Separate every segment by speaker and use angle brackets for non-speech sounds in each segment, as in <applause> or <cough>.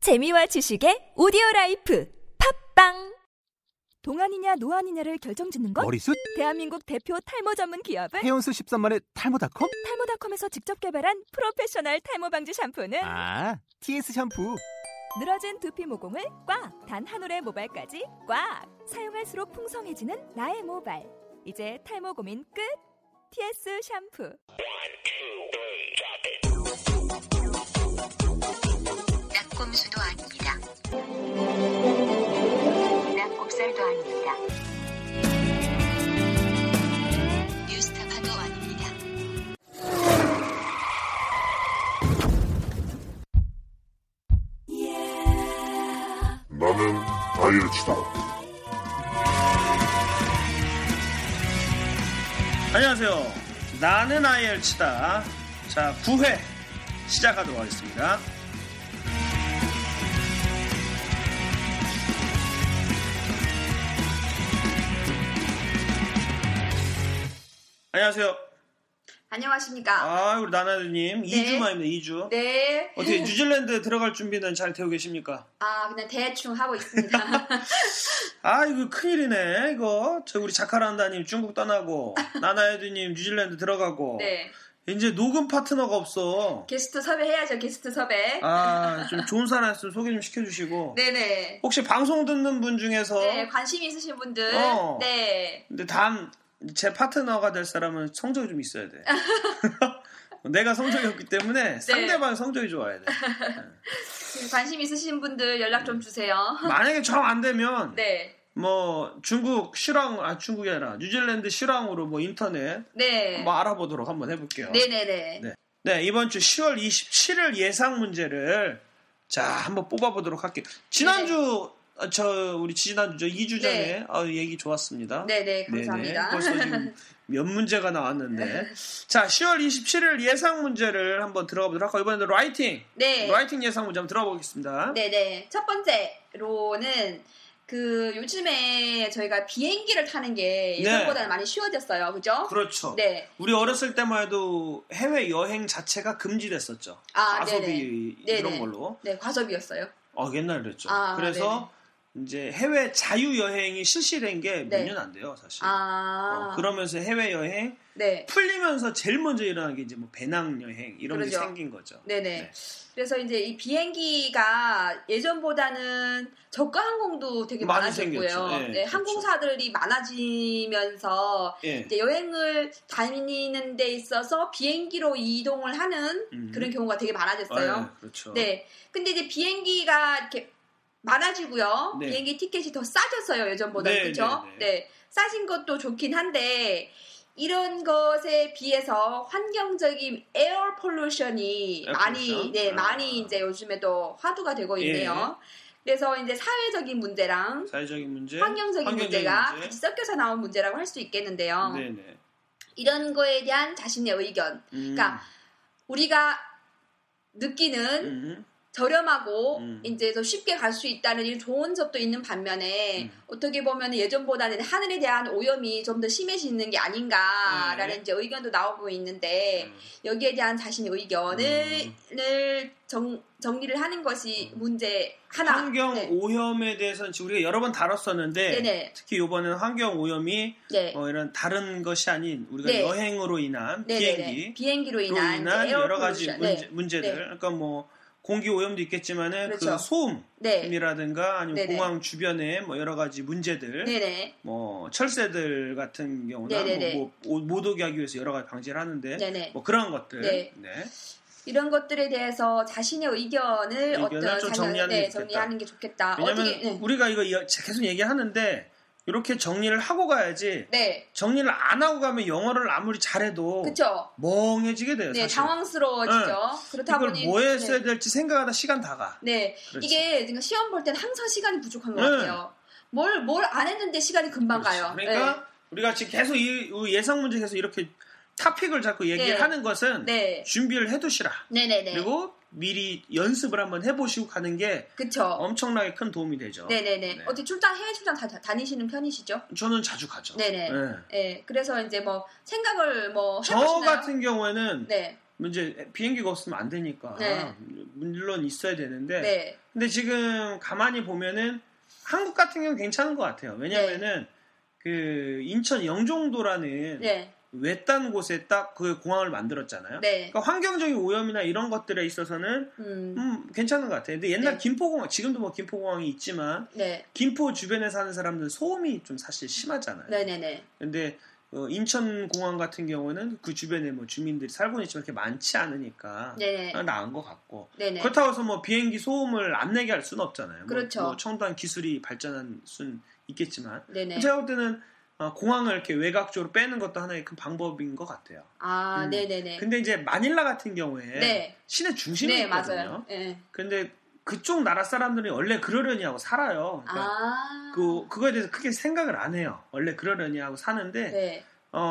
Speaker 1: 재미와 지식의 오디오 라이프 팝빵
Speaker 2: 동안이냐 노안이냐를 결정짓는 건
Speaker 3: 머리숱
Speaker 2: 대한민국 대표 탈모 전문 기업은
Speaker 3: 헤어스 13만의 탈모닷컴
Speaker 2: 탈모닷컴에서 직접 개발한 프로페셔널 탈모 방지 샴푸는
Speaker 3: 아 TS 샴푸
Speaker 2: 늘어진 두피 모공을 꽉 단 한 올의 모발까지 꽉 사용할수록 풍성해지는 나의 모발 이제 탈모 고민 끝 TS 샴푸
Speaker 4: 낙곰수도 아닙니다. 낙곱살도 아닙니다. 뉴스타파도 아닙니다.
Speaker 5: 나는 다이어치다.
Speaker 6: 안녕하세요. 나는 아이엘치다. 자, 9회 시작하도록 하겠습니다. 안녕하세요.
Speaker 7: 안녕하십니까.
Speaker 6: 아, 우리 나나주님.
Speaker 7: 네.
Speaker 6: 2주 만입니다, 2주.
Speaker 7: 네.
Speaker 6: 어떻게 뉴질랜드 들어갈 준비는 잘 되고 계십니까?
Speaker 7: 아, 그냥 대충 하고 있습니다.
Speaker 6: <laughs> 아, 이거 큰일이네, 이거. 저 우리 자카란다님 중국
Speaker 7: <laughs>
Speaker 6: 떠나고, 나나에드님 뉴질랜드 들어가고.
Speaker 7: 네.
Speaker 6: 이제 녹음 파트너가 없어.
Speaker 7: 게스트 섭외해야죠, 게스트 섭외.
Speaker 6: 아, 좀 좋은 사람 있으면 소개 좀 시켜주시고.
Speaker 7: 네네.
Speaker 6: 혹시 방송 듣는 분 중에서
Speaker 7: 네, 관심 있으신 분들.
Speaker 6: 어.
Speaker 7: 네.
Speaker 6: 근데 다음 제 파트너가 될 사람은 성적이 좀 있어야
Speaker 7: <laughs>
Speaker 6: 돼. 내가 성적이 없기
Speaker 7: 네.
Speaker 6: 때문에 상대방 성적이 좋아야 돼.
Speaker 7: 관심 있으신 분들 연락 좀 주세요. <laughs>
Speaker 6: 만약에 정 안 되면
Speaker 7: 네.
Speaker 6: 뭐 중국 실황 아 중국이 아니라 뉴질랜드 실황으로 뭐 인터넷
Speaker 7: 네.
Speaker 6: 뭐 알아보도록 한번 해볼게요.
Speaker 7: 네네네.
Speaker 6: 네. 네, 이번 주 10월 27일 예상 문제를 자, 한번 뽑아보도록 할게요. 지난주, 어, 저, 우리 지난주, 저 2주 전에,
Speaker 7: 네.
Speaker 6: 어, 얘기 좋았습니다.
Speaker 7: 네네, 감사합니다. 네.
Speaker 6: 네네, 벌써 지금 몇 문제가 나왔는데. 자, 10월 27일 예상 문제를 한번 들어가 보도록 할까요? 이번에는 라이팅!
Speaker 7: 네.
Speaker 6: 라이팅 예상 문제 한번 들어보겠습니다.
Speaker 7: 네네. 첫 번째로는 그 요즘에 저희가 비행기를 타는 게 예전보다는 많이 쉬워졌어요. 그죠?
Speaker 6: 네. 그렇죠.
Speaker 7: 네.
Speaker 6: 우리 어렸을 때만 해도 해외 여행 자체가 금지됐었죠.
Speaker 7: 아,
Speaker 6: 과소비
Speaker 7: 네네.
Speaker 6: 이런
Speaker 7: 네네.
Speaker 6: 걸로.
Speaker 7: 네, 과소비였어요.
Speaker 6: 어, 옛날에 그랬죠.
Speaker 7: 아,
Speaker 6: 그래서 이제 해외 자유여행이 실시된 게 몇
Speaker 7: 네.
Speaker 6: 년 안 돼요, 사실.
Speaker 7: 아.
Speaker 6: 어, 그러면서 해외여행
Speaker 7: 네.
Speaker 6: 풀리면서 제일 먼저 일어난 게 이제 뭐 배낭여행 이런 게
Speaker 7: 그러죠.
Speaker 6: 생긴 거죠.
Speaker 7: 네네.
Speaker 6: 네.
Speaker 7: 그래서 이제 이 비행기가 예전보다는 저가 항공도 되게
Speaker 6: 많이
Speaker 7: 많아졌고요.
Speaker 6: 생겼죠. 예,
Speaker 7: 네,
Speaker 6: 그렇죠.
Speaker 7: 항공사들이 많아지면서
Speaker 6: 예.
Speaker 7: 이제 여행을 다니는 데 있어서 비행기로 이동을 하는
Speaker 6: 음.
Speaker 7: 그런 경우가 되게 많아졌어요.
Speaker 6: 아, 그렇죠.
Speaker 7: 네. 근데 이제 비행기가 이렇게 많아지고요.
Speaker 6: 네.
Speaker 7: 비행기 티켓이 더 싸졌어요. 예전보다.
Speaker 6: 네,
Speaker 7: 그렇죠?
Speaker 6: 네, 네.
Speaker 7: 네. 싸진 것도 좋긴 한데 이런 것에 비해서 환경적인 에어 폴루션이
Speaker 6: 에어
Speaker 7: 많이
Speaker 6: 폴루션?
Speaker 7: 네,
Speaker 6: 아.
Speaker 7: 많이 이제 요즘에도 화두가 되고
Speaker 6: 예.
Speaker 7: 있네요. 그래서 이제 사회적인 문제랑
Speaker 6: 사회적인 문제,
Speaker 7: 환경적인, 문제가 같이
Speaker 6: 네. 문제.
Speaker 7: 섞여서 나온 문제라고 할 수 있겠는데요.
Speaker 6: 네네.
Speaker 7: 이런 거에 대한 자신의 의견.
Speaker 6: 음,
Speaker 7: 그러니까 우리가 느끼는
Speaker 6: 음,
Speaker 7: 저렴하고
Speaker 6: 음.
Speaker 7: 이제 더 쉽게 갈 수 있다는 이 좋은 점도 있는 반면에
Speaker 6: 음.
Speaker 7: 어떻게 보면 예전보다는 하늘에 대한 오염이 좀 더 심해지는 게 아닌가라는
Speaker 6: 네.
Speaker 7: 이제 의견도 나오고 있는데
Speaker 6: 음.
Speaker 7: 여기에 대한 자신의 의견을 정, 정리를 하는 것이
Speaker 6: 음.
Speaker 7: 문제 하나.
Speaker 6: 환경
Speaker 7: 네.
Speaker 6: 오염에 대해서는 지금 우리가 여러 번 다뤘었는데
Speaker 7: 네네.
Speaker 6: 특히 이번에는 환경 오염이
Speaker 7: 네.
Speaker 6: 어, 이런 다른 것이 아닌 우리가
Speaker 7: 네.
Speaker 6: 여행으로 인한
Speaker 7: 네네네.
Speaker 6: 비행기
Speaker 7: 비행기로
Speaker 6: 로
Speaker 7: 인한,
Speaker 6: 인한
Speaker 7: 이제 에어
Speaker 6: 여러 가지
Speaker 7: 폴루션.
Speaker 6: 문제,
Speaker 7: 네.
Speaker 6: 문제들,
Speaker 7: 네.
Speaker 6: 그러니까 뭐 공기 오염도 있겠지만은
Speaker 7: 그렇죠.
Speaker 6: 그 소음이라든가
Speaker 7: 네.
Speaker 6: 아니면
Speaker 7: 네네.
Speaker 6: 공항 주변에 뭐 여러 가지 문제들,
Speaker 7: 네네.
Speaker 6: 뭐 철새들 같은 경우나
Speaker 7: 네네네.
Speaker 6: 뭐, 뭐 오- 못 오게 하기 위해서 여러 가지 방지를 하는데
Speaker 7: 네네.
Speaker 6: 뭐 그런 것들,
Speaker 7: 네. 이런 것들에 대해서 자신의 의견을 어떤
Speaker 6: 의견을 좀
Speaker 7: 자기-
Speaker 6: 정리하는
Speaker 7: 네,
Speaker 6: 게 좋겠다.
Speaker 7: 정리하는 게 좋겠다.
Speaker 6: 왜냐면
Speaker 7: 어떻게 네.
Speaker 6: 우리가 이거 이어- 계속 얘기하는데 이렇게 정리를 하고 가야지
Speaker 7: 네.
Speaker 6: 정리를 안 하고 가면 영어를 아무리 잘해도
Speaker 7: 그렇죠.
Speaker 6: 멍해지게 돼요.
Speaker 7: 네,
Speaker 6: 사실.
Speaker 7: 당황스러워지죠. 그렇다
Speaker 6: 이걸
Speaker 7: 보니
Speaker 6: 뭐 했어야
Speaker 7: 네.
Speaker 6: 될지 생각하다 시간 다가.
Speaker 7: 네.
Speaker 6: 그렇지.
Speaker 7: 이게 그러니까 시험 볼 때는 항상 시간이 부족한 것
Speaker 6: 네.
Speaker 7: 같아요. 뭘 뭘 안 했는데 시간이 금방 가요. 네.
Speaker 6: 그러니까 우리가 지금 계속 이 예상 문제 계속 이렇게 타픽을 자꾸 얘기하는 것은
Speaker 7: 네.
Speaker 6: 준비를 해두시라.
Speaker 7: 네, 네, 네.
Speaker 6: 그리고 미리 연습을 한번 해보시고 가는 게
Speaker 7: 그렇죠.
Speaker 6: 엄청나게 큰 도움이 되죠.
Speaker 7: 네, 네, 네.
Speaker 6: 어, 네.
Speaker 7: 어디 출장 해외 출장 다, 다, 니시는 편이시죠?
Speaker 6: 저는 자주 가죠.
Speaker 7: 네, 네.
Speaker 6: 예.
Speaker 7: 네. 그래서 이제 뭐 생각을 뭐
Speaker 6: 저
Speaker 7: 해보시나요?
Speaker 6: 같은 경우에는
Speaker 7: 네.
Speaker 6: 이제 비행기가 없으면 안 되니까
Speaker 7: 네.
Speaker 6: 물론 있어야 되는데
Speaker 7: 네.
Speaker 6: 근데 지금 가만히 보면은 한국 같은 경우는 괜찮은 것 같아요. 왜냐면은 그 인천 영종도라는
Speaker 7: 네.
Speaker 6: 외딴 곳에 딱 그 공항을 만들었잖아요.
Speaker 7: 네.
Speaker 6: 그러니까 환경적인 오염이나 이런 것들에 있어서는
Speaker 7: 음.
Speaker 6: 음, 괜찮은 것 같아요. 근데 옛날
Speaker 7: 네.
Speaker 6: 김포공항, 지금도 뭐 김포공항이 있지만
Speaker 7: 네.
Speaker 6: 김포 주변에 사는 사람들은 소음이 좀 사실 심하잖아요.
Speaker 7: 네, 네, 네.
Speaker 6: 근데 어, 인천공항 같은 경우는 그 주변에 뭐 주민들이 살고 있지만 이렇게 많지 않으니까
Speaker 7: 네,
Speaker 6: 아, 나은 것 같고
Speaker 7: 네, 네.
Speaker 6: 그렇다고 해서 뭐 비행기 소음을 안 내게 할 수는 없잖아요. 뭐-
Speaker 7: 그렇죠.
Speaker 6: 뭐 첨단 기술이 발전한 순 있겠지만
Speaker 7: 네, 네.
Speaker 6: 제가 볼 때는 어, 공항을 이렇게 외곽쪽으로 빼는 것도 하나의 큰 방법인 것 같아요.
Speaker 7: 아,
Speaker 6: 음.
Speaker 7: 네, 네, 네.
Speaker 6: 근데 이제 마닐라 같은 경우에
Speaker 7: 네.
Speaker 6: 시내 중심이
Speaker 7: 네,
Speaker 6: 있거든요.
Speaker 7: 맞아요. 네.
Speaker 6: 근데 그쪽 나라 사람들이 원래 그러려니 하고 살아요. 그러니까
Speaker 7: 아.
Speaker 6: 그 그거에 대해서 크게 생각을 안 해요. 원래 그러려니 하고 사는데
Speaker 7: 네.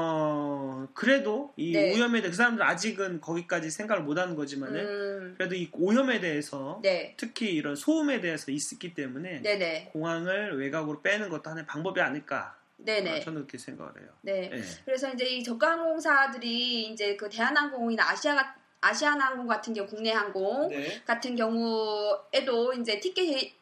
Speaker 6: 어 그래도 이
Speaker 7: 네.
Speaker 6: 오염에 대해 그 사람들 아직은 거기까지 생각을 못하는 거지만은
Speaker 7: 음.
Speaker 6: 그래도 이 오염에 대해서
Speaker 7: 네.
Speaker 6: 특히 이런 소음에 대해서 있기 때문에
Speaker 7: 네, 네.
Speaker 6: 공항을 외곽으로 빼는 것도 하나의 방법이 아닐까
Speaker 7: 네,
Speaker 6: 어,
Speaker 7: 네.
Speaker 6: 저는 그렇게 생각을 해요.
Speaker 7: 네.
Speaker 6: 예.
Speaker 7: 그래서 이제 이 저가 항공사들이 이제 그 대한항공이나 아시아 아시아나항공 같은 경우 국내 항공 같은 경우에도 이제 티켓이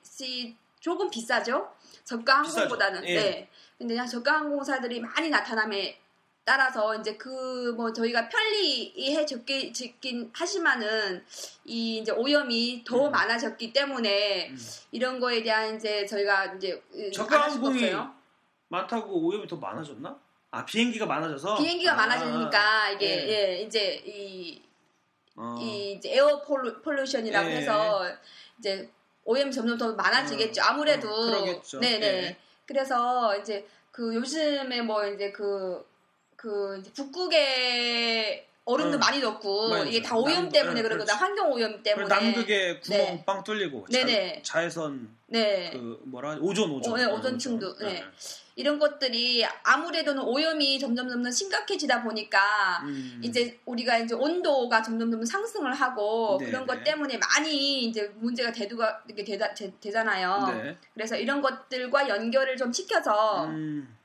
Speaker 7: 조금 비싸죠. 저가 항공보다는.
Speaker 6: 비싸죠. 예.
Speaker 7: 네. 근데 그냥 저가 항공사들이 많이 나타남에 따라서 이제 그 뭐 저희가 편리 해 적기 짓긴 하지만은 이 이제 오염이 더
Speaker 6: 음.
Speaker 7: 많아졌기 때문에
Speaker 6: 음.
Speaker 7: 이런 거에 대한 이제 저희가 이제
Speaker 6: 저가
Speaker 7: 안 할 네. 수가
Speaker 6: 항공이
Speaker 7: 없어요.
Speaker 6: 많다고 오염이 더 많아졌나? 아 비행기가 많아져서
Speaker 7: 비행기가
Speaker 6: 아,
Speaker 7: 많아지니까 이게
Speaker 6: 예.
Speaker 7: 예, 이제 이,
Speaker 6: 어.
Speaker 7: 이 이제 에어 폴루, 폴루션이라고
Speaker 6: 예.
Speaker 7: 해서 이제 오염이 점점 더 많아지겠죠. 아무래도
Speaker 6: 어, 그러겠죠.
Speaker 7: 네네.
Speaker 6: 예.
Speaker 7: 그래서 이제 그 요즘에 뭐 이제 그, 그 이제 북극에 얼음도
Speaker 6: 음.
Speaker 7: 많이 넣고
Speaker 6: 많이
Speaker 7: 이게
Speaker 6: 넣죠.
Speaker 7: 다 오염
Speaker 6: 남극,
Speaker 7: 때문에
Speaker 6: 예,
Speaker 7: 그런 거다
Speaker 6: 그렇지.
Speaker 7: 환경 오염
Speaker 6: 그리고
Speaker 7: 때문에
Speaker 6: 남극에 구멍
Speaker 7: 네.
Speaker 6: 빵 뚫리고
Speaker 7: 네네.
Speaker 6: 자, 자외선
Speaker 7: 네
Speaker 6: 그 뭐라 하지? 오존 오존
Speaker 7: 어, 네, 오존층도,
Speaker 6: 오존.
Speaker 7: 네. 이런 것들이 아무래도는 오염이 점점 점점 심각해지다 보니까
Speaker 6: 음.
Speaker 7: 이제 우리가 이제 온도가 점점 점 상승을 하고
Speaker 6: 네,
Speaker 7: 그런 것
Speaker 6: 네.
Speaker 7: 때문에 많이 이제 문제가 대두가 이렇게 되다, 되, 잖아요
Speaker 6: 네.
Speaker 7: 그래서 이런 것들과 연결을 좀 시켜서
Speaker 6: 음.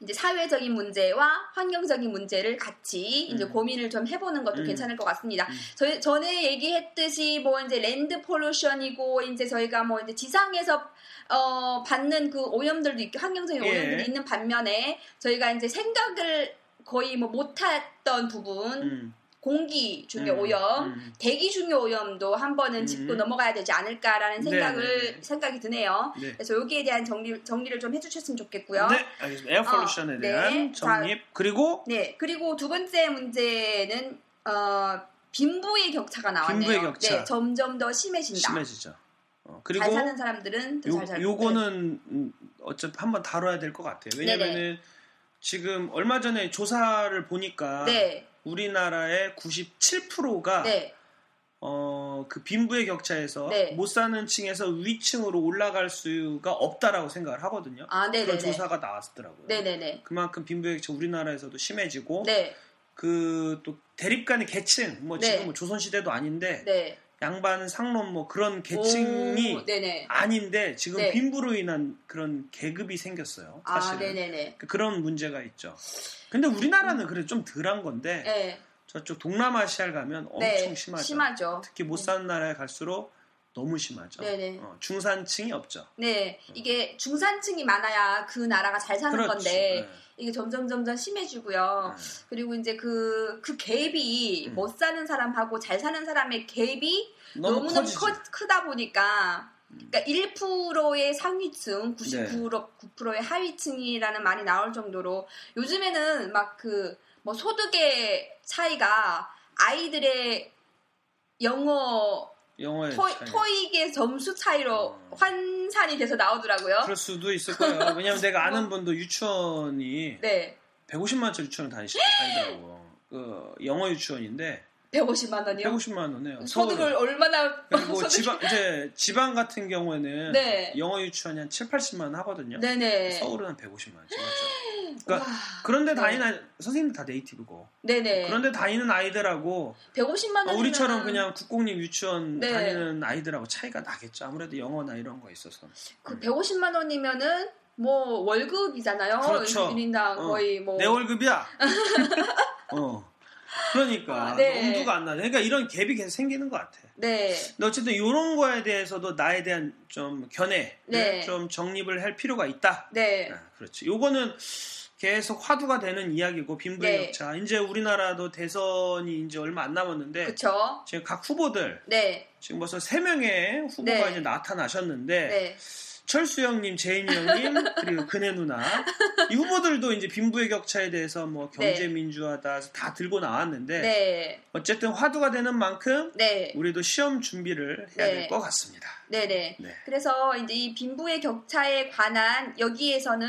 Speaker 7: 이제 사회적인 문제와 환경적인 문제를 같이 이제
Speaker 6: 음.
Speaker 7: 고민을 좀 해보는 것도
Speaker 6: 음.
Speaker 7: 괜찮을 것 같습니다.
Speaker 6: 음.
Speaker 7: 저희 전에 얘기했듯이 뭐 이제 랜드 폴루션이고 이제 저희가 뭐 이제 지상에서 어, 받는 그 오염들도 있고 환경적인
Speaker 6: 예.
Speaker 7: 오염들이 있는 반면에 저희가 이제 생각을 거의 뭐 못했던 부분
Speaker 6: 음.
Speaker 7: 공기 중요
Speaker 6: 음.
Speaker 7: 오염,
Speaker 6: 음.
Speaker 7: 대기 중요 오염도 한 번은 짚고
Speaker 6: 음.
Speaker 7: 넘어가야 되지 않을까라는 생각을
Speaker 6: 네네네.
Speaker 7: 생각이 드네요.
Speaker 6: 네.
Speaker 7: 그래서 여기에 대한 정리 정리를 좀 해주셨으면 좋겠고요.
Speaker 6: 네, 알겠습니다. 에어폴루션에
Speaker 7: 어,
Speaker 6: 대한
Speaker 7: 네.
Speaker 6: 정립 그리고
Speaker 7: 네, 그리고 두 번째 문제는 어, 빈부의 격차가 나왔네요.
Speaker 6: 빈부의 격차.
Speaker 7: 네, 점점 더 심해진다.
Speaker 6: 심해지죠. 어,
Speaker 7: 잘
Speaker 6: 그리고
Speaker 7: 사는 사람들은 더 잘 살.
Speaker 6: 요, 거는 어차피 한번 다뤄야 될 것 같아요. 왜냐면은 지금 얼마 전에 조사를 보니까
Speaker 7: 네,
Speaker 6: 우리나라의 97%가
Speaker 7: 네,
Speaker 6: 어, 그 빈부의 격차에서
Speaker 7: 네.
Speaker 6: 못 사는 층에서 위층으로 올라갈 수가 없다라고 생각을 하거든요.
Speaker 7: 아, 네, 네,
Speaker 6: 그런
Speaker 7: 네,
Speaker 6: 조사가 나왔더라고요.
Speaker 7: 네, 네, 네,
Speaker 6: 그만큼 빈부의 격차 우리나라에서도 심해지고
Speaker 7: 네,
Speaker 6: 그 또 대립 간의 계층 뭐
Speaker 7: 네.
Speaker 6: 지금 뭐 조선시대도 아닌데
Speaker 7: 네.
Speaker 6: 양반 상론 뭐 그런 계층이
Speaker 7: 오, 네, 네.
Speaker 6: 아닌데 지금
Speaker 7: 네.
Speaker 6: 빈부로 인한 그런 계급이 생겼어요.
Speaker 7: 아,
Speaker 6: 사실은
Speaker 7: 네, 네, 네.
Speaker 6: 그- 그런 문제가 있죠. 근데 우리나라는 그래 도좀 덜한 건데
Speaker 7: 네,
Speaker 6: 저쪽 동남아시아를 가면 엄청
Speaker 7: 네.
Speaker 6: 심하죠.
Speaker 7: 심하죠.
Speaker 6: 특히 못 사는 나라에 갈수록 너무 심하죠.
Speaker 7: 네네.
Speaker 6: 어, 중산층이 없죠.
Speaker 7: 네, 이게 중산층이 많아야 그 나라가 잘 사는
Speaker 6: 그렇죠.
Speaker 7: 건데 어.
Speaker 6: 네.
Speaker 7: 이게 점점 점점 심해지고요.
Speaker 6: 네.
Speaker 7: 그리고 이제 그, 그 갭이
Speaker 6: 음.
Speaker 7: 못 사는 사람하고 잘 사는 사람의 갭이
Speaker 6: 너무
Speaker 7: 너무너무
Speaker 6: 커지죠.
Speaker 7: 커, 크다 보니까 그러니까 1%의 상위층,
Speaker 6: 네.
Speaker 7: 99%, 9%의 하위층이라는 말이 나올 정도로 요즘에는 막 그 뭐 소득의 차이가 아이들의 영어
Speaker 6: 영어의
Speaker 7: 토,
Speaker 6: 네, 차이.
Speaker 7: 토익의 점수 차이로
Speaker 6: 음.
Speaker 7: 환산이 돼서 나오더라고요.
Speaker 6: 그럴 수도 있을 거예요.
Speaker 7: <laughs>
Speaker 6: 왜냐면 내가
Speaker 7: 뭐.
Speaker 6: 아는 분도 유치원이
Speaker 7: 네.
Speaker 6: 150만 원짜리 유치원을 다니시, 다니더라고. 그 영어 유치원인데
Speaker 7: 150만 원이요.
Speaker 6: 150만 원에요. 뭐
Speaker 7: 소득을 얼마나
Speaker 6: 그리고
Speaker 7: <laughs> 소득-
Speaker 6: 지방 이제 지방 같은 경우에는
Speaker 7: 네.
Speaker 6: 영어 유치원이 한 7, 80만 원 하거든요.
Speaker 7: 네네.
Speaker 6: 서울은 한 150만 원.
Speaker 7: 와,
Speaker 6: 그러니까 그런데
Speaker 7: 네.
Speaker 6: 다니는 선생님들 다 네이티브고
Speaker 7: 네네.
Speaker 6: 그런데 다니는 아이들하고
Speaker 7: 150만
Speaker 6: 어,
Speaker 7: 원.
Speaker 6: 우리처럼 그냥 국공립 유치원
Speaker 7: 네.
Speaker 6: 다니는 아이들하고 차이가 나겠죠. 아무래도 영어나 이런 거 있어서.
Speaker 7: 그 150만 원이면은 뭐 월급이잖아요.
Speaker 6: 그렇죠.
Speaker 7: 1인당
Speaker 6: 어.
Speaker 7: <laughs> 거의 뭐
Speaker 6: 내 월급이야. 어. 그러니까
Speaker 7: 아, 네.
Speaker 6: 엄두가 안 나네. 그러니까 이런 갭이 계속 생기는 것 같아.
Speaker 7: 네.
Speaker 6: 근데 어쨌든 이런 거에 대해서도 나에 대한 좀 견해,
Speaker 7: 네.
Speaker 6: 좀 정립을 할 필요가 있다.
Speaker 7: 네.
Speaker 6: 아, 그렇지. 요거는 계속 화두가 되는 이야기고 빈부의
Speaker 7: 네.
Speaker 6: 격차. 이제 우리나라도 대선이 이제 얼마 안 남았는데
Speaker 7: 그쵸.
Speaker 6: 지금 각 후보들
Speaker 7: 네.
Speaker 6: 지금 벌써 세 명의 후보가
Speaker 7: 네.
Speaker 6: 이제 나타나셨는데
Speaker 7: 네.
Speaker 6: 철수 형님, 제임 형님 그리고 그네 누나 이 후보들도 이제 빈부의 격차에 대해서 뭐 경제
Speaker 7: 네.
Speaker 6: 민주화다 해서 다 들고 나왔는데
Speaker 7: 네.
Speaker 6: 어쨌든 화두가 되는 만큼
Speaker 7: 네.
Speaker 6: 우리도 시험 준비를 해야
Speaker 7: 네.
Speaker 6: 될 것 같습니다.
Speaker 7: 네. 네.
Speaker 6: 네.
Speaker 7: 그래서 이제 이 빈부의 격차에 관한 여기에서는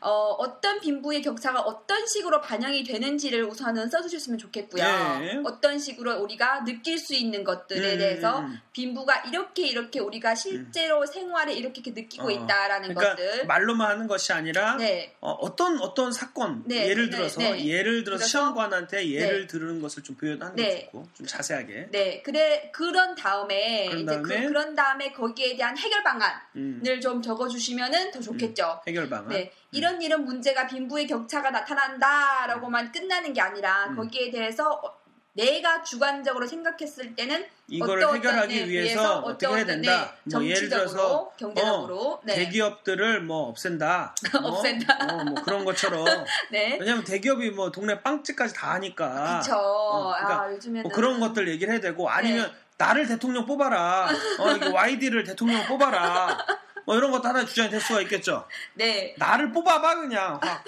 Speaker 7: 어, 떤 빈부의 격차가 어떤 식으로 반영이 되는지를 우선은 써주셨으면 좋겠고요.
Speaker 6: 네.
Speaker 7: 어떤 식으로 우리가 느낄 수 있는 것들에
Speaker 6: 음,
Speaker 7: 대해서
Speaker 6: 음.
Speaker 7: 빈부가 이렇게 이렇게 우리가 실제로 생활에 이렇게 이렇게 느끼고
Speaker 6: 어,
Speaker 7: 있다라는
Speaker 6: 그러니까
Speaker 7: 것들.
Speaker 6: 말로만 하는 것이 아니라
Speaker 7: 네,
Speaker 6: 어, 떤 어떤 사건
Speaker 7: 네,
Speaker 6: 예를
Speaker 7: 네,
Speaker 6: 들어서
Speaker 7: 네.
Speaker 6: 예를 들어서
Speaker 7: 그래서-
Speaker 6: 시험관한테 예를
Speaker 7: 네.
Speaker 6: 들은 것을 좀 표현하는
Speaker 7: 네.
Speaker 6: 게 좋고 좀 자세하게
Speaker 7: 네, 그래 그런 다음에
Speaker 6: 그런
Speaker 7: 이제
Speaker 6: 다음에?
Speaker 7: 그, 런 다음에 거기에 대한 해결 방안을
Speaker 6: 음,
Speaker 7: 좀 적어주시면은 더 좋겠죠.
Speaker 6: 해결 방안
Speaker 7: 네, 이런 이런 문제가 빈부의 격차가 나타난다라고만 끝나는 게 아니라
Speaker 6: 음.
Speaker 7: 거기에 대해서 어, 내가 주관적으로 생각했을 때는
Speaker 6: 이거를
Speaker 7: 어떤
Speaker 6: 해결하기
Speaker 7: 어떤, 네,
Speaker 6: 위해서 어떻게 해야
Speaker 7: 어떤,
Speaker 6: 된다.
Speaker 7: 네,
Speaker 6: 뭐 예를 들어서
Speaker 7: 정치적으로, 경제적으로 네,
Speaker 6: 대기업들을 뭐
Speaker 7: <laughs>
Speaker 6: 없앤다. 뭐,
Speaker 7: 없앤다.
Speaker 6: 어, 뭐 그런
Speaker 7: <laughs>
Speaker 6: 것처럼.
Speaker 7: 네,
Speaker 6: 왜냐면 대기업이 뭐 동네 빵집까지 다 하니까.
Speaker 7: 그쵸.
Speaker 6: 어, 그러니까
Speaker 7: 아 요즘에는
Speaker 6: 뭐 그런 것들 얘기를 해야 되고 아니면
Speaker 7: 네.
Speaker 6: 나를 대통령 뽑아라. 어,
Speaker 7: <laughs>
Speaker 6: 이게 YD를 대통령 뽑아라. 뭐 이런 것도 하나의 주장이 될 수가 있겠죠.
Speaker 7: 네
Speaker 6: 나를 뽑아봐 그냥.
Speaker 7: <laughs>
Speaker 6: 확.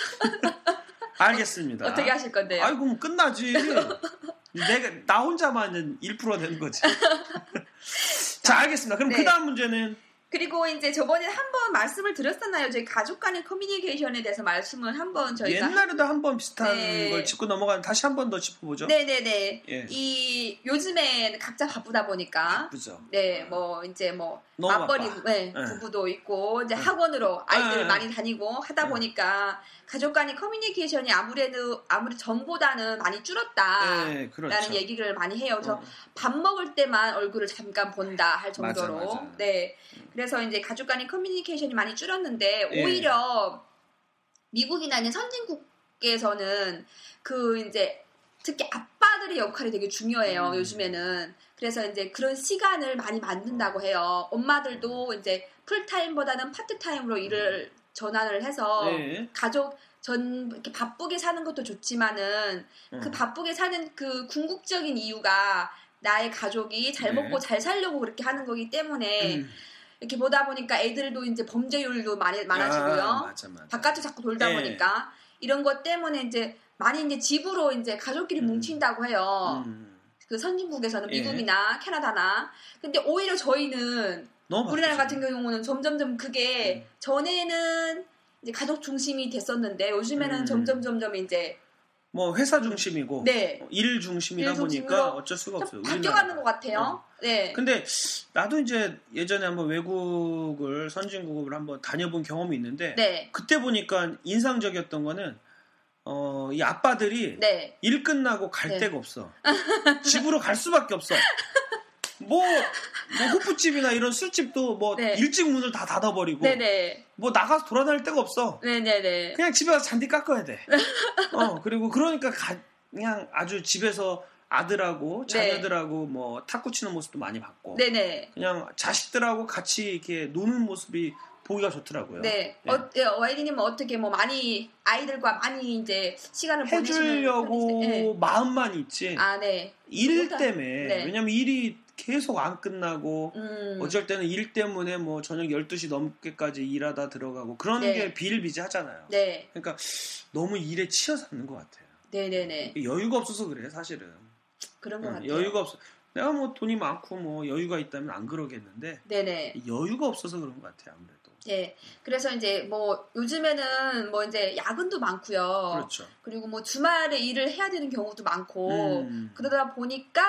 Speaker 6: 알겠습니다.
Speaker 7: 어떻게 하실 건데요?
Speaker 6: 아이 그럼 끝나지. 내가 나 혼자만 1% 되는
Speaker 7: <laughs>
Speaker 6: 거지. 자 알겠습니다. 그럼
Speaker 7: 네.
Speaker 6: 그 다음 문제는
Speaker 7: 그리고 이제 저번에 한 번 말씀을 드렸었나요? 저희 가족 간의 커뮤니케이션에 대해서 말씀을 한 번 저희가
Speaker 6: 옛날에도 한 번 비슷한
Speaker 7: 네.
Speaker 6: 걸 짚고 넘어가는 다시 한 번 더 짚어보죠.
Speaker 7: 네네네
Speaker 6: 예.
Speaker 7: 이 요즘엔 각자 바쁘다 보니까
Speaker 6: 그죠.
Speaker 7: 네, 뭐 이제 뭐
Speaker 6: 너무
Speaker 7: 맞벌이
Speaker 6: 바빠.
Speaker 7: 네,
Speaker 6: 예.
Speaker 7: 부부도 있고 이제
Speaker 6: 예.
Speaker 7: 학원으로 아이들
Speaker 6: 예, 예.
Speaker 7: 많이 다니고 하다
Speaker 6: 예.
Speaker 7: 보니까 가족 간의 커뮤니케이션이 아무래도 아무리 전보다는 많이 줄었다라는
Speaker 6: 네, 그렇죠.
Speaker 7: 얘기를 많이 해요. 그래서
Speaker 6: 어,
Speaker 7: 밥 먹을 때만 얼굴을 잠깐 본다 할 정도로
Speaker 6: 맞아, 맞아.
Speaker 7: 네, 그래서 이제 가족 간의 커뮤니케이션이 많이 줄었는데
Speaker 6: 예.
Speaker 7: 오히려 미국이나 이제 선진국에서는 그 이제 특히 아빠들의 역할이 되게 중요해요
Speaker 6: 음.
Speaker 7: 요즘에는 그래서 이제 그런 시간을 많이
Speaker 6: 어.
Speaker 7: 만든다고 해요 엄마들도 이제 풀타임보다는 파트타임으로 일을 전환을 해서
Speaker 6: 음. 네.
Speaker 7: 가족 전 이렇게 바쁘게 사는 것도 좋지만은 그
Speaker 6: 음.
Speaker 7: 바쁘게 사는 그 궁극적인 이유가 나의 가족이 잘
Speaker 6: 네.
Speaker 7: 먹고 잘 살려고 그렇게 하는 거기 때문에
Speaker 6: 음.
Speaker 7: 이렇게 보다 보니까 애들도 이제 범죄율도 많이
Speaker 6: 아,
Speaker 7: 많아지고요.
Speaker 6: 맞아, 맞아.
Speaker 7: 바깥에 자꾸 돌다
Speaker 6: 네.
Speaker 7: 보니까 이런 것 때문에 이제 많이 이제 집으로 이제 가족끼리
Speaker 6: 음.
Speaker 7: 뭉친다고 해요.
Speaker 6: 음.
Speaker 7: 그 선진국에서는
Speaker 6: 예.
Speaker 7: 미국이나 캐나다나 근데 오히려 저희는
Speaker 6: 너무
Speaker 7: 우리나라
Speaker 6: 바쁘죠.
Speaker 7: 같은 경우는 점점점 그게
Speaker 6: 음.
Speaker 7: 전에는 이제 가족 중심이 됐었는데 요즘에는
Speaker 6: 음.
Speaker 7: 점점 점점 이제
Speaker 6: 뭐 회사 중심이고
Speaker 7: 네
Speaker 6: 어, 일 중심이다
Speaker 7: 일 중심으로
Speaker 6: 보니까 어쩔 수가 없어요.
Speaker 7: 좀
Speaker 6: 그러니까 우리나라가.
Speaker 7: 그러니까 바뀌어가는 것 같아요. 네.
Speaker 6: 근데 나도 이제 예전에 한번 외국을 선진국을 한번 다녀본 경험이 있는데
Speaker 7: 네.
Speaker 6: 그때 보니까 인상적이었던 거는 어 이 아빠들이
Speaker 7: 네.
Speaker 6: 일 끝나고 갈
Speaker 7: 네.
Speaker 6: 데가 없어. 집으로 갈 수밖에 없어. 뭐, 뭐 호프집이나 이런 술집도 뭐
Speaker 7: 네.
Speaker 6: 일찍 문을 다 닫아버리고
Speaker 7: 네네.
Speaker 6: 뭐 나가서 돌아다닐 데가 없어.
Speaker 7: 네네네.
Speaker 6: 그냥 집에 가서 잔디 깎아야
Speaker 7: <laughs>
Speaker 6: 돼. 어 그리고 그러니까 가- 그냥 아주 집에서 아들하고
Speaker 7: 네.
Speaker 6: 자녀들하고 뭐 탁구 치는 모습도 많이 봤고
Speaker 7: 네네.
Speaker 6: 그냥 자식들하고 같이 이렇게 노는 모습이 보기가 좋더라고요.
Speaker 7: 네. 어, 예, 와이디님은 어떻게 뭐 많이 아이들과 많이 이제 시간을 보내시는
Speaker 6: 해주려고 예.
Speaker 7: 편이세요?
Speaker 6: 마음만 있지
Speaker 7: 네. 아 네.
Speaker 6: 일
Speaker 7: 못하-
Speaker 6: 때문에
Speaker 7: 네.
Speaker 6: 왜냐면 일이 계속 안 끝나고
Speaker 7: 음.
Speaker 6: 어쩔 때는 일 때문에 뭐 저녁 12시 넘게까지 일하다 들어가고 그런
Speaker 7: 네.
Speaker 6: 게 비일비재하잖아요.
Speaker 7: 네.
Speaker 6: 그러니까 너무 일에 치여 사는 것 같아요.
Speaker 7: 네네네.
Speaker 6: 여유가 없어서 그래 사실은
Speaker 7: 그런 것
Speaker 6: 응,
Speaker 7: 같아요.
Speaker 6: 예, 여유가 없어. 내가 뭐 돈이 많고 뭐 여유가 있다면 안 그러겠는데
Speaker 7: 네네.
Speaker 6: 여유가 없어서 그런 것 같아요 아무래도.
Speaker 7: 네. 그래서 이제 뭐 요즘에는 뭐 이제 야근도 많고요.
Speaker 6: 그렇죠.
Speaker 7: 그리고뭐 주말에 일을 해야 되는 경우도 많고
Speaker 6: 음.
Speaker 7: 어. 그러다 보니까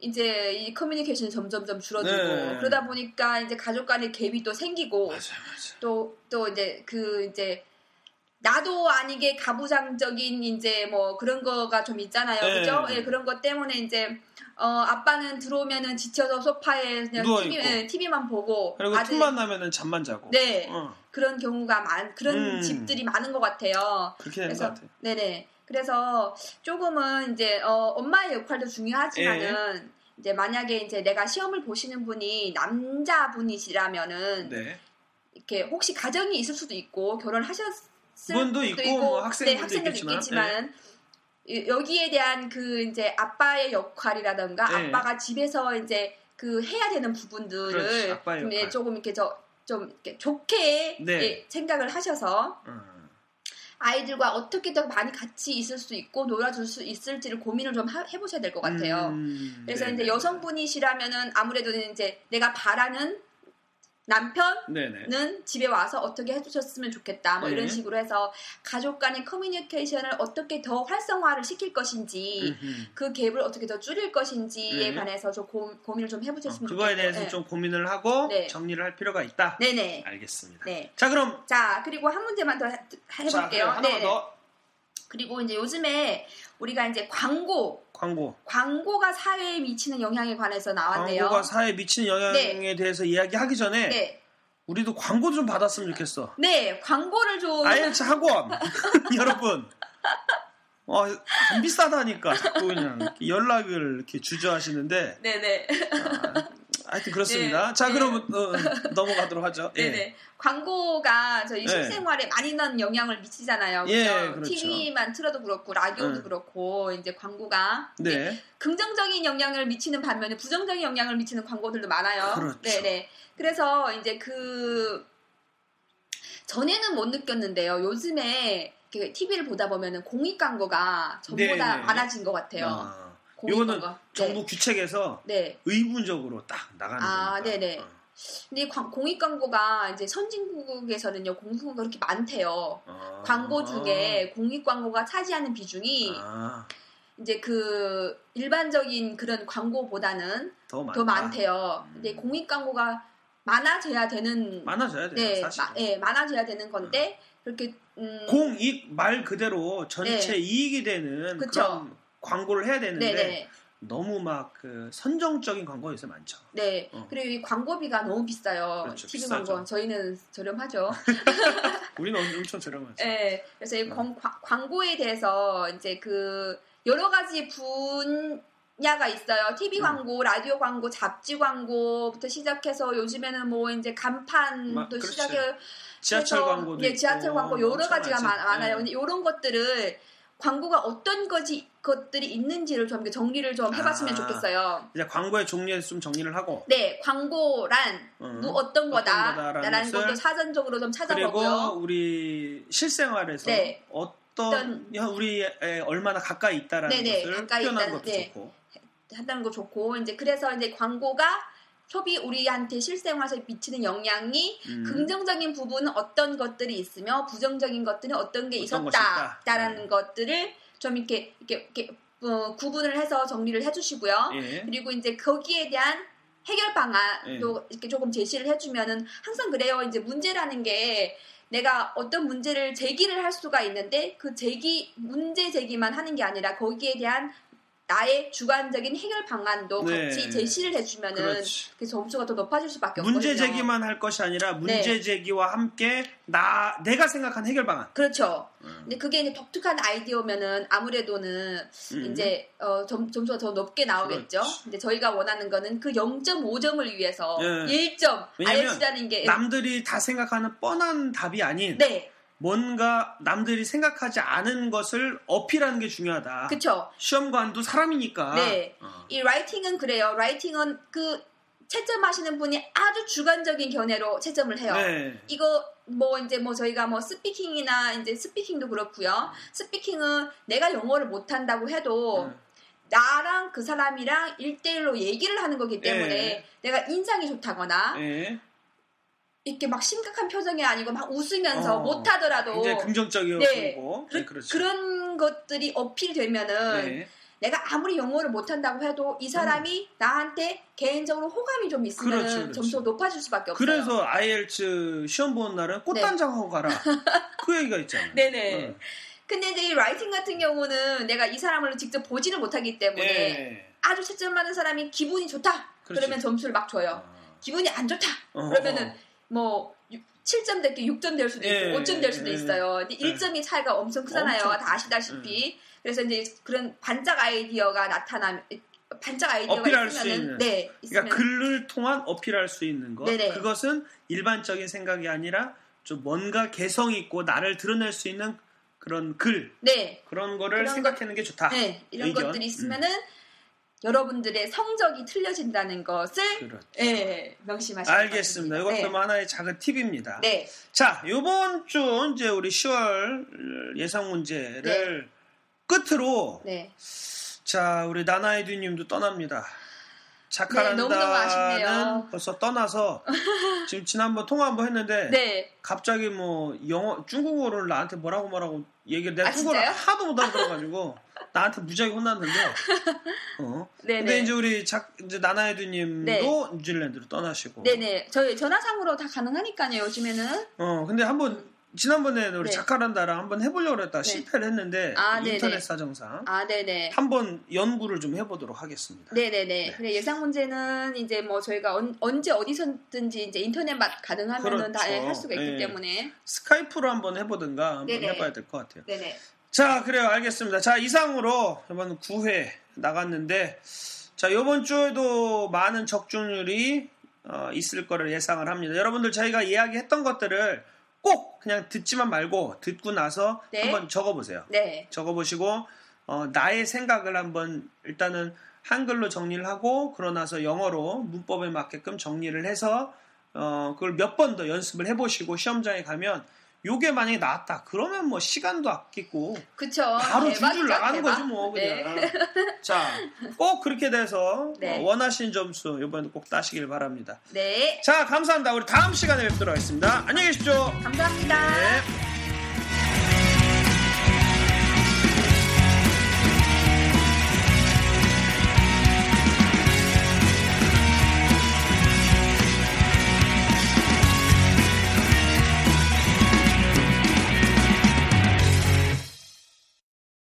Speaker 7: 이제 이 커뮤니케이션이 점점점 줄어들고
Speaker 6: 네.
Speaker 7: 그러다 보니까 이제 가족 간의 갭이 또 생기고
Speaker 6: 맞아 맞아.
Speaker 7: 또 또 이제 그 이제 나도 아니게 가부장적인 이제 뭐 그런 거가 좀 있잖아요,
Speaker 6: 네.
Speaker 7: 그죠? 예, 그런 것 때문에 이제 어 아빠는 들어오면은 지쳐서 소파에 그냥
Speaker 6: 누워
Speaker 7: TV,
Speaker 6: 있고.
Speaker 7: 예, TV만 보고
Speaker 6: 그리고
Speaker 7: 아들-
Speaker 6: 틈만 나면은 잠만 자고.
Speaker 7: 네
Speaker 6: 어,
Speaker 7: 그런 경우가 많 그런
Speaker 6: 음.
Speaker 7: 집들이 많은 것 같아요.
Speaker 6: 그렇게 되는
Speaker 7: 그래서-
Speaker 6: 것 같아요.
Speaker 7: 네네. 그래서 조금은 이제 어, 엄마의 역할도 중요하지만은
Speaker 6: 예.
Speaker 7: 이제 만약에 이제 내가 시험을 보시는 분이 남자분이시라면은
Speaker 6: 네.
Speaker 7: 이렇게 혹시 가정이 있을 수도 있고 결혼하셨을
Speaker 6: 분도 있고
Speaker 7: 수도 있고,
Speaker 6: 뭐 학생분도
Speaker 7: 네, 학생들도
Speaker 6: 있겠지만,
Speaker 7: 있겠지만, 이- 여기에 대한 그 이제 아빠의 역할이라던가
Speaker 6: 네.
Speaker 7: 아빠가 집에서 이제 그 해야 되는
Speaker 6: 그렇지,
Speaker 7: 부분들을
Speaker 6: 아빠의
Speaker 7: 좀, 예,
Speaker 6: 역할.
Speaker 7: 조금 이렇게 저 좀 이렇게 좋게
Speaker 6: 네.
Speaker 7: 예, 생각을 하셔서
Speaker 6: 음.
Speaker 7: 아이들과 어떻게 더 많이 같이 있을 수 있고 놀아줄 수 있을지를 고민을 좀 하- 해보셔야 될 것 같아요.
Speaker 6: 음,
Speaker 7: 그래서
Speaker 6: 네네.
Speaker 7: 이제 여성분이시라면은 아무래도 이제 내가 바라는 남편
Speaker 6: 네네.
Speaker 7: 는 집에 와서 어떻게 해주셨으면 좋겠다 뭐 이런
Speaker 6: 네.
Speaker 7: 식으로 해서 가족 간의 커뮤니케이션을 어떻게 더 활성화를 시킬 것인지
Speaker 6: 음흠.
Speaker 7: 그 갭을 어떻게 더 줄일 것인지에
Speaker 6: 네.
Speaker 7: 관해서 좀 고, 고민을 좀
Speaker 6: 어,
Speaker 7: 해보셨으면
Speaker 6: 그거에
Speaker 7: 좋겠고
Speaker 6: 대해서
Speaker 7: 네.
Speaker 6: 좀 고민을 하고
Speaker 7: 네.
Speaker 6: 정리를 할 필요가 있다.
Speaker 7: 네네
Speaker 6: 알겠습니다.
Speaker 7: 네.
Speaker 6: 자 그럼
Speaker 7: 자 그리고 한 문제만 더 해-
Speaker 6: 자, 그래,
Speaker 7: 해볼게요
Speaker 6: 하나만
Speaker 7: 네
Speaker 6: 더
Speaker 7: 그리고 이제 요즘에 우리가 이제 광고
Speaker 6: 광고.
Speaker 7: 광고가 사회에 미치는 영향에 관해서 나왔네요
Speaker 6: 광고가 사회에 미치는 영향에 대해서 이야기하기 전에
Speaker 7: 네.
Speaker 6: 우리도 광고 좀 받았으면 좋겠어.
Speaker 7: 네 광고를 좀
Speaker 6: IELTS 학원 <laughs> 여러분 어, 안 비싸다니까 자꾸 그냥 이렇게 연락을 이렇게 주저하시는데
Speaker 7: <laughs> 네네
Speaker 6: 아, 하여튼 그렇습니다.
Speaker 7: 네,
Speaker 6: 자
Speaker 7: 네.
Speaker 6: 그럼 어, 넘어가도록 하죠. 예.
Speaker 7: 네네. 광고가 저희
Speaker 6: 네.
Speaker 7: 실생활에 많이 난 영향을 미치잖아요.
Speaker 6: 예,
Speaker 7: 그죠?
Speaker 6: 그렇죠.
Speaker 7: TV만 틀어도 그렇고 라디오도
Speaker 6: 네.
Speaker 7: 그렇고 이제 광고가
Speaker 6: 네.
Speaker 7: 긍정적인 영향을 미치는 반면에 부정적인 영향을 미치는 광고들도 많아요.
Speaker 6: 그렇죠.
Speaker 7: 네네. 그래서 이제 그 전에는 못 느꼈는데요. 요즘에 TV를 보다 보면은 공익 광고가 전보다
Speaker 6: 네네.
Speaker 7: 많아진 것 같아요.
Speaker 6: 아,
Speaker 7: 공익
Speaker 6: 요거는
Speaker 7: 광고.
Speaker 6: 정부
Speaker 7: 네.
Speaker 6: 규칙에서
Speaker 7: 네.
Speaker 6: 의문적으로 딱 나가는
Speaker 7: 아,
Speaker 6: 거니까.
Speaker 7: 네네.
Speaker 6: 어,
Speaker 7: 근데 광- 공익 광고가 이제 선진국에서는요 공익광고가 그렇게 많대요.
Speaker 6: 어.
Speaker 7: 광고 중에 공익 광고가 차지하는 비중이
Speaker 6: 아,
Speaker 7: 이제 그 일반적인 그런 광고보다는
Speaker 6: 더, 많다.
Speaker 7: 더 많대요.
Speaker 6: 음.
Speaker 7: 근데 공익 광고가 많아져야 되는
Speaker 6: 많아져야 돼요.
Speaker 7: 네,
Speaker 6: 사실.
Speaker 7: 마- 예, 많아져야 되는 건데 그렇게 음,
Speaker 6: 공익 말 그대로 전체
Speaker 7: 네.
Speaker 6: 이익이 되는
Speaker 7: 그쵸.
Speaker 6: 그런 광고를 해야 되는데
Speaker 7: 네네
Speaker 6: 너무 막 그 선정적인 광고가 요새 많죠.
Speaker 7: 네
Speaker 6: 어.
Speaker 7: 그리고 이 광고비가 너무 비싸요.
Speaker 6: 그렇죠,
Speaker 7: TV
Speaker 6: 비싸죠.
Speaker 7: 광고 저희는 저렴하죠.
Speaker 6: 우리는 엄- 엄청 저렴하죠.
Speaker 7: 네, 그래서 이
Speaker 6: 음.
Speaker 7: 광, 광- 광고에 대해서 이제 그 여러 가지 분야가 있어요. TV
Speaker 6: 음.
Speaker 7: 광고, 라디오 광고, 잡지 광고부터 시작해서 요즘에는 뭐 이제
Speaker 6: 마-
Speaker 7: 간판도
Speaker 6: 그렇지.
Speaker 7: 시작해
Speaker 6: 지하철
Speaker 7: 해서,
Speaker 6: 광고도
Speaker 7: 네, 지하철
Speaker 6: 있고, 뭐
Speaker 7: 광고 여러
Speaker 6: 엄청
Speaker 7: 가지가
Speaker 6: 많죠.
Speaker 7: 많, 아요
Speaker 6: 네.
Speaker 7: 근데 이런 것들을 광고가 어떤 거지 것들이 있는지를 좀 이렇게 정리를 좀 해봤으면
Speaker 6: 아.
Speaker 7: 좋겠어요.
Speaker 6: 이제 광고의 종류에 좀 정리를 하고
Speaker 7: 네, 광고란
Speaker 6: 어,
Speaker 7: 뭐 어떤
Speaker 6: 거다라는
Speaker 7: 거다라는 것도
Speaker 6: 것을
Speaker 7: 사전적으로 좀
Speaker 6: 그리고
Speaker 7: 찾아보고요.
Speaker 6: 우리 실생활에서
Speaker 7: 네.
Speaker 6: 어떤 우리에 얼마나 가까이 있다라는
Speaker 7: 네네,
Speaker 6: 것을
Speaker 7: 가까이
Speaker 6: 표현하는
Speaker 7: 있다는-
Speaker 6: 것도
Speaker 7: 네.
Speaker 6: 좋고
Speaker 7: 한다는 거 좋고 이제 그래서 이제 광고가 소비 우리한테 실생활에서 미치는 영향이
Speaker 6: 음,
Speaker 7: 긍정적인 부분은 어떤 것들이 있으며 부정적인 것들은 어떤 게
Speaker 6: 어떤 것이 있다.
Speaker 7: 있었다라는
Speaker 6: 음.
Speaker 7: 것들을 좀 이렇게 이렇게, 이렇게, 어, 구분을 해서 정리를 해주시고요.
Speaker 6: 예.
Speaker 7: 그리고 이제 거기에 대한 해결 방안도 이렇게 조금 제시를 해주면은 항상 그래요. 이제 문제라는 게 내가 어떤 문제를 제기를 할 수가 있는데 그 제기 문제 제기만 하는 게 아니라 거기에 대한 나의 주관적인 해결 방안도
Speaker 6: 네.
Speaker 7: 같이 제시를 해주면은
Speaker 6: 그렇지.
Speaker 7: 그 점수가 더 높아질 수밖에 없거든요. 네.
Speaker 6: 문제 제기만 할 것이 아니라 문제 제기와 함께 나 내가 생각한 해결 방안.
Speaker 7: 그렇죠.
Speaker 6: 음,
Speaker 7: 근데 그게 이제 독특한 아이디어면은 아무래도는
Speaker 6: 음.
Speaker 7: 이제 어, 점, 점수가 더 높게 나오겠죠.
Speaker 6: 그렇지.
Speaker 7: 근데 저희가 원하는 거는 그 0.5점을 위해서
Speaker 6: 예.
Speaker 7: 1점
Speaker 6: 왜냐면
Speaker 7: IELTS라는 게
Speaker 6: 남들이 다 생각하는 뻔한 답이 아닌
Speaker 7: 네,
Speaker 6: 뭔가 남들이 생각하지 않은 것을 어필하는 게 중요하다.
Speaker 7: 그렇죠.
Speaker 6: 시험관도 사람이니까.
Speaker 7: 네.
Speaker 6: 어.
Speaker 7: 이 라이팅은 그래요. 라이팅은 그 채점하시는 분이 아주 주관적인 견해로 채점을 해요.
Speaker 6: 네.
Speaker 7: 이거 뭐 이제 뭐 저희가 뭐 스피킹이나 이제 스피킹도 그렇고요. 스피킹은 내가 영어를 못한다고 해도
Speaker 6: 음.
Speaker 7: 나랑 그 사람이랑 일대일로 얘기를 하는 거기 때문에
Speaker 6: 예.
Speaker 7: 내가 인상이 좋다거나
Speaker 6: 네.
Speaker 7: 이렇게 막 심각한 표정이 아니고 막 웃으면서
Speaker 6: 어,
Speaker 7: 굉장히
Speaker 6: 굉장히
Speaker 7: 못하더라도
Speaker 6: 긍정적이고
Speaker 7: 네.
Speaker 6: 네, 그렇죠.
Speaker 7: 그런 것들이 어필되면은
Speaker 6: 네.
Speaker 7: 내가 아무리 영어를 못한다고 해도 이 사람이 나한테 개인적으로 호감이 좀 있으면
Speaker 6: 음. 그렇죠, 그렇죠.
Speaker 7: 점수가 높아질 수밖에 없어요.
Speaker 6: 그래서 IELTS 시험 보는 날은 꽃단장하고 가라. 그 얘기가 있잖아요.
Speaker 7: 네. 네네.
Speaker 6: 어.
Speaker 7: 근데 이제 이 라이팅 같은 경우는 내가 이 사람을 직접 보지는 못하기 때문에
Speaker 6: 네. 그렇죠.
Speaker 7: 아주 채점하는 사람이 기분이 좋다.
Speaker 6: 그렇지.
Speaker 7: 그러면 점수를 막 줘요.
Speaker 6: 어.
Speaker 7: 기분이 안 좋다.
Speaker 6: 어,
Speaker 7: 그러면은 뭐 7점 될 게 6점 될 수도
Speaker 6: 예,
Speaker 7: 있고 5점
Speaker 6: 예,
Speaker 7: 될 수도
Speaker 6: 예.
Speaker 7: 있어요. 근데 1점이 차이가 엄청 크잖아요.
Speaker 6: 엄청 음.
Speaker 7: 다 아시다시피. 그래서 이제 그런 반짝 아이디어가 나타나면 반짝 아이디어가
Speaker 6: 어필할 수
Speaker 7: 있으면은
Speaker 6: 있는.
Speaker 7: 네, 있으면
Speaker 6: 그러니까 글을 통한 어필할 수 있는 것.
Speaker 7: 네네.
Speaker 6: 그것은 일반적인 생각이 아니라 좀 뭔가 개성 있고 나를 드러낼 수 있는 그런 글
Speaker 7: 네.
Speaker 6: 그런 거를
Speaker 7: 그런
Speaker 6: 생각하는 게 좋다.
Speaker 7: 네,
Speaker 6: 아,
Speaker 7: 이런
Speaker 6: 의견. 음.
Speaker 7: 것들이 있으면은 여러분들의 성적이 틀려진다는 것을
Speaker 6: 그렇죠.
Speaker 7: 예, 명심하시면
Speaker 6: 알겠습니다. 이것도 뭐 하나의 작은 팁입니다.
Speaker 7: 네.
Speaker 6: 자, 요번 주 이제 우리 10월 예상 문제를 끝으로
Speaker 7: 네.
Speaker 6: 자, 우리 나나이드 님도 떠납니다.
Speaker 7: 네, 너무너무
Speaker 6: 자카란다는
Speaker 7: 아쉽네요.
Speaker 6: 벌써 떠나서
Speaker 7: <laughs>
Speaker 6: 지금 지난번 통화 한번 했는데
Speaker 7: 네. 네.
Speaker 6: 갑자기 뭐 영어 중국어를 나한테 뭐라고 뭐라고 얘기를 내가
Speaker 7: 아,
Speaker 6: 중국어를
Speaker 7: 진짜요?
Speaker 6: 하도
Speaker 7: <laughs>
Speaker 6: 못 알아들어가지고 나한테 무지하게 혼났는데 어.
Speaker 7: 네.
Speaker 6: 근데 이제 우리 작 이제 나나에드님도
Speaker 7: 네.
Speaker 6: 뉴질랜드로 떠나시고
Speaker 7: 네네. 저희 전화상으로 다 가능하니까요, 요즘에는.
Speaker 6: 어 근데 한번 지난번에 우리
Speaker 7: 네.
Speaker 6: 자카란다랑 한번 해보려고 했다 가
Speaker 7: 네.
Speaker 6: 실패를 했는데
Speaker 7: 아, 네,
Speaker 6: 인터넷
Speaker 7: 네.
Speaker 6: 사정상
Speaker 7: 아, 네네.
Speaker 6: 한번 연구를 좀 해보도록 하겠습니다.
Speaker 7: 네네네.
Speaker 6: 네.
Speaker 7: 그래, 예상 문제는 이제 뭐 저희가 언, 언제 어디서든지 이제 인터넷 맛 가능하면은 다 예,
Speaker 6: 그렇죠.
Speaker 7: 할 수가 있기
Speaker 6: 네.
Speaker 7: 때문에.
Speaker 6: 스카이프로 한번 해보든가 한번
Speaker 7: 네, 네.
Speaker 6: 해봐야 될 것 같아요.
Speaker 7: 네네.
Speaker 6: 자, 그래요. 알겠습니다. 자, 이상으로 이번 9회 나갔는데, 자, 이번 주에도 많은 적중률이 어, 있을 거를 예상을 합니다. 여러분들 저희가 이야기했던 것들을 꼭 그냥 듣지만 말고 듣고 나서
Speaker 7: 네.
Speaker 6: 한번 적어보세요.
Speaker 7: 네.
Speaker 6: 적어보시고 어, 나의 생각을 한번 일단은 한글로 정리를 하고 그러나서 영어로 문법에 맞게끔 정리를 해서 어, 그걸 몇 번 더 연습을 해보시고 시험장에 가면 요게 만약에 나왔다 그러면 뭐 시간도 아끼고
Speaker 7: 그쵸.
Speaker 6: 바로
Speaker 7: 대박이죠,
Speaker 6: 줄줄 나가는
Speaker 7: 대박.
Speaker 6: 거지 뭐
Speaker 7: 네.
Speaker 6: 그냥 자 꼭 그렇게 돼서
Speaker 7: 네.
Speaker 6: 어, 원하시는 점수 이번에도 꼭 따시길 바랍니다
Speaker 7: 네.
Speaker 6: 자 감사합니다 우리 다음 시간에 뵙도록 하겠습니다 안녕히 계십시오
Speaker 7: 감사합니다.
Speaker 6: 네.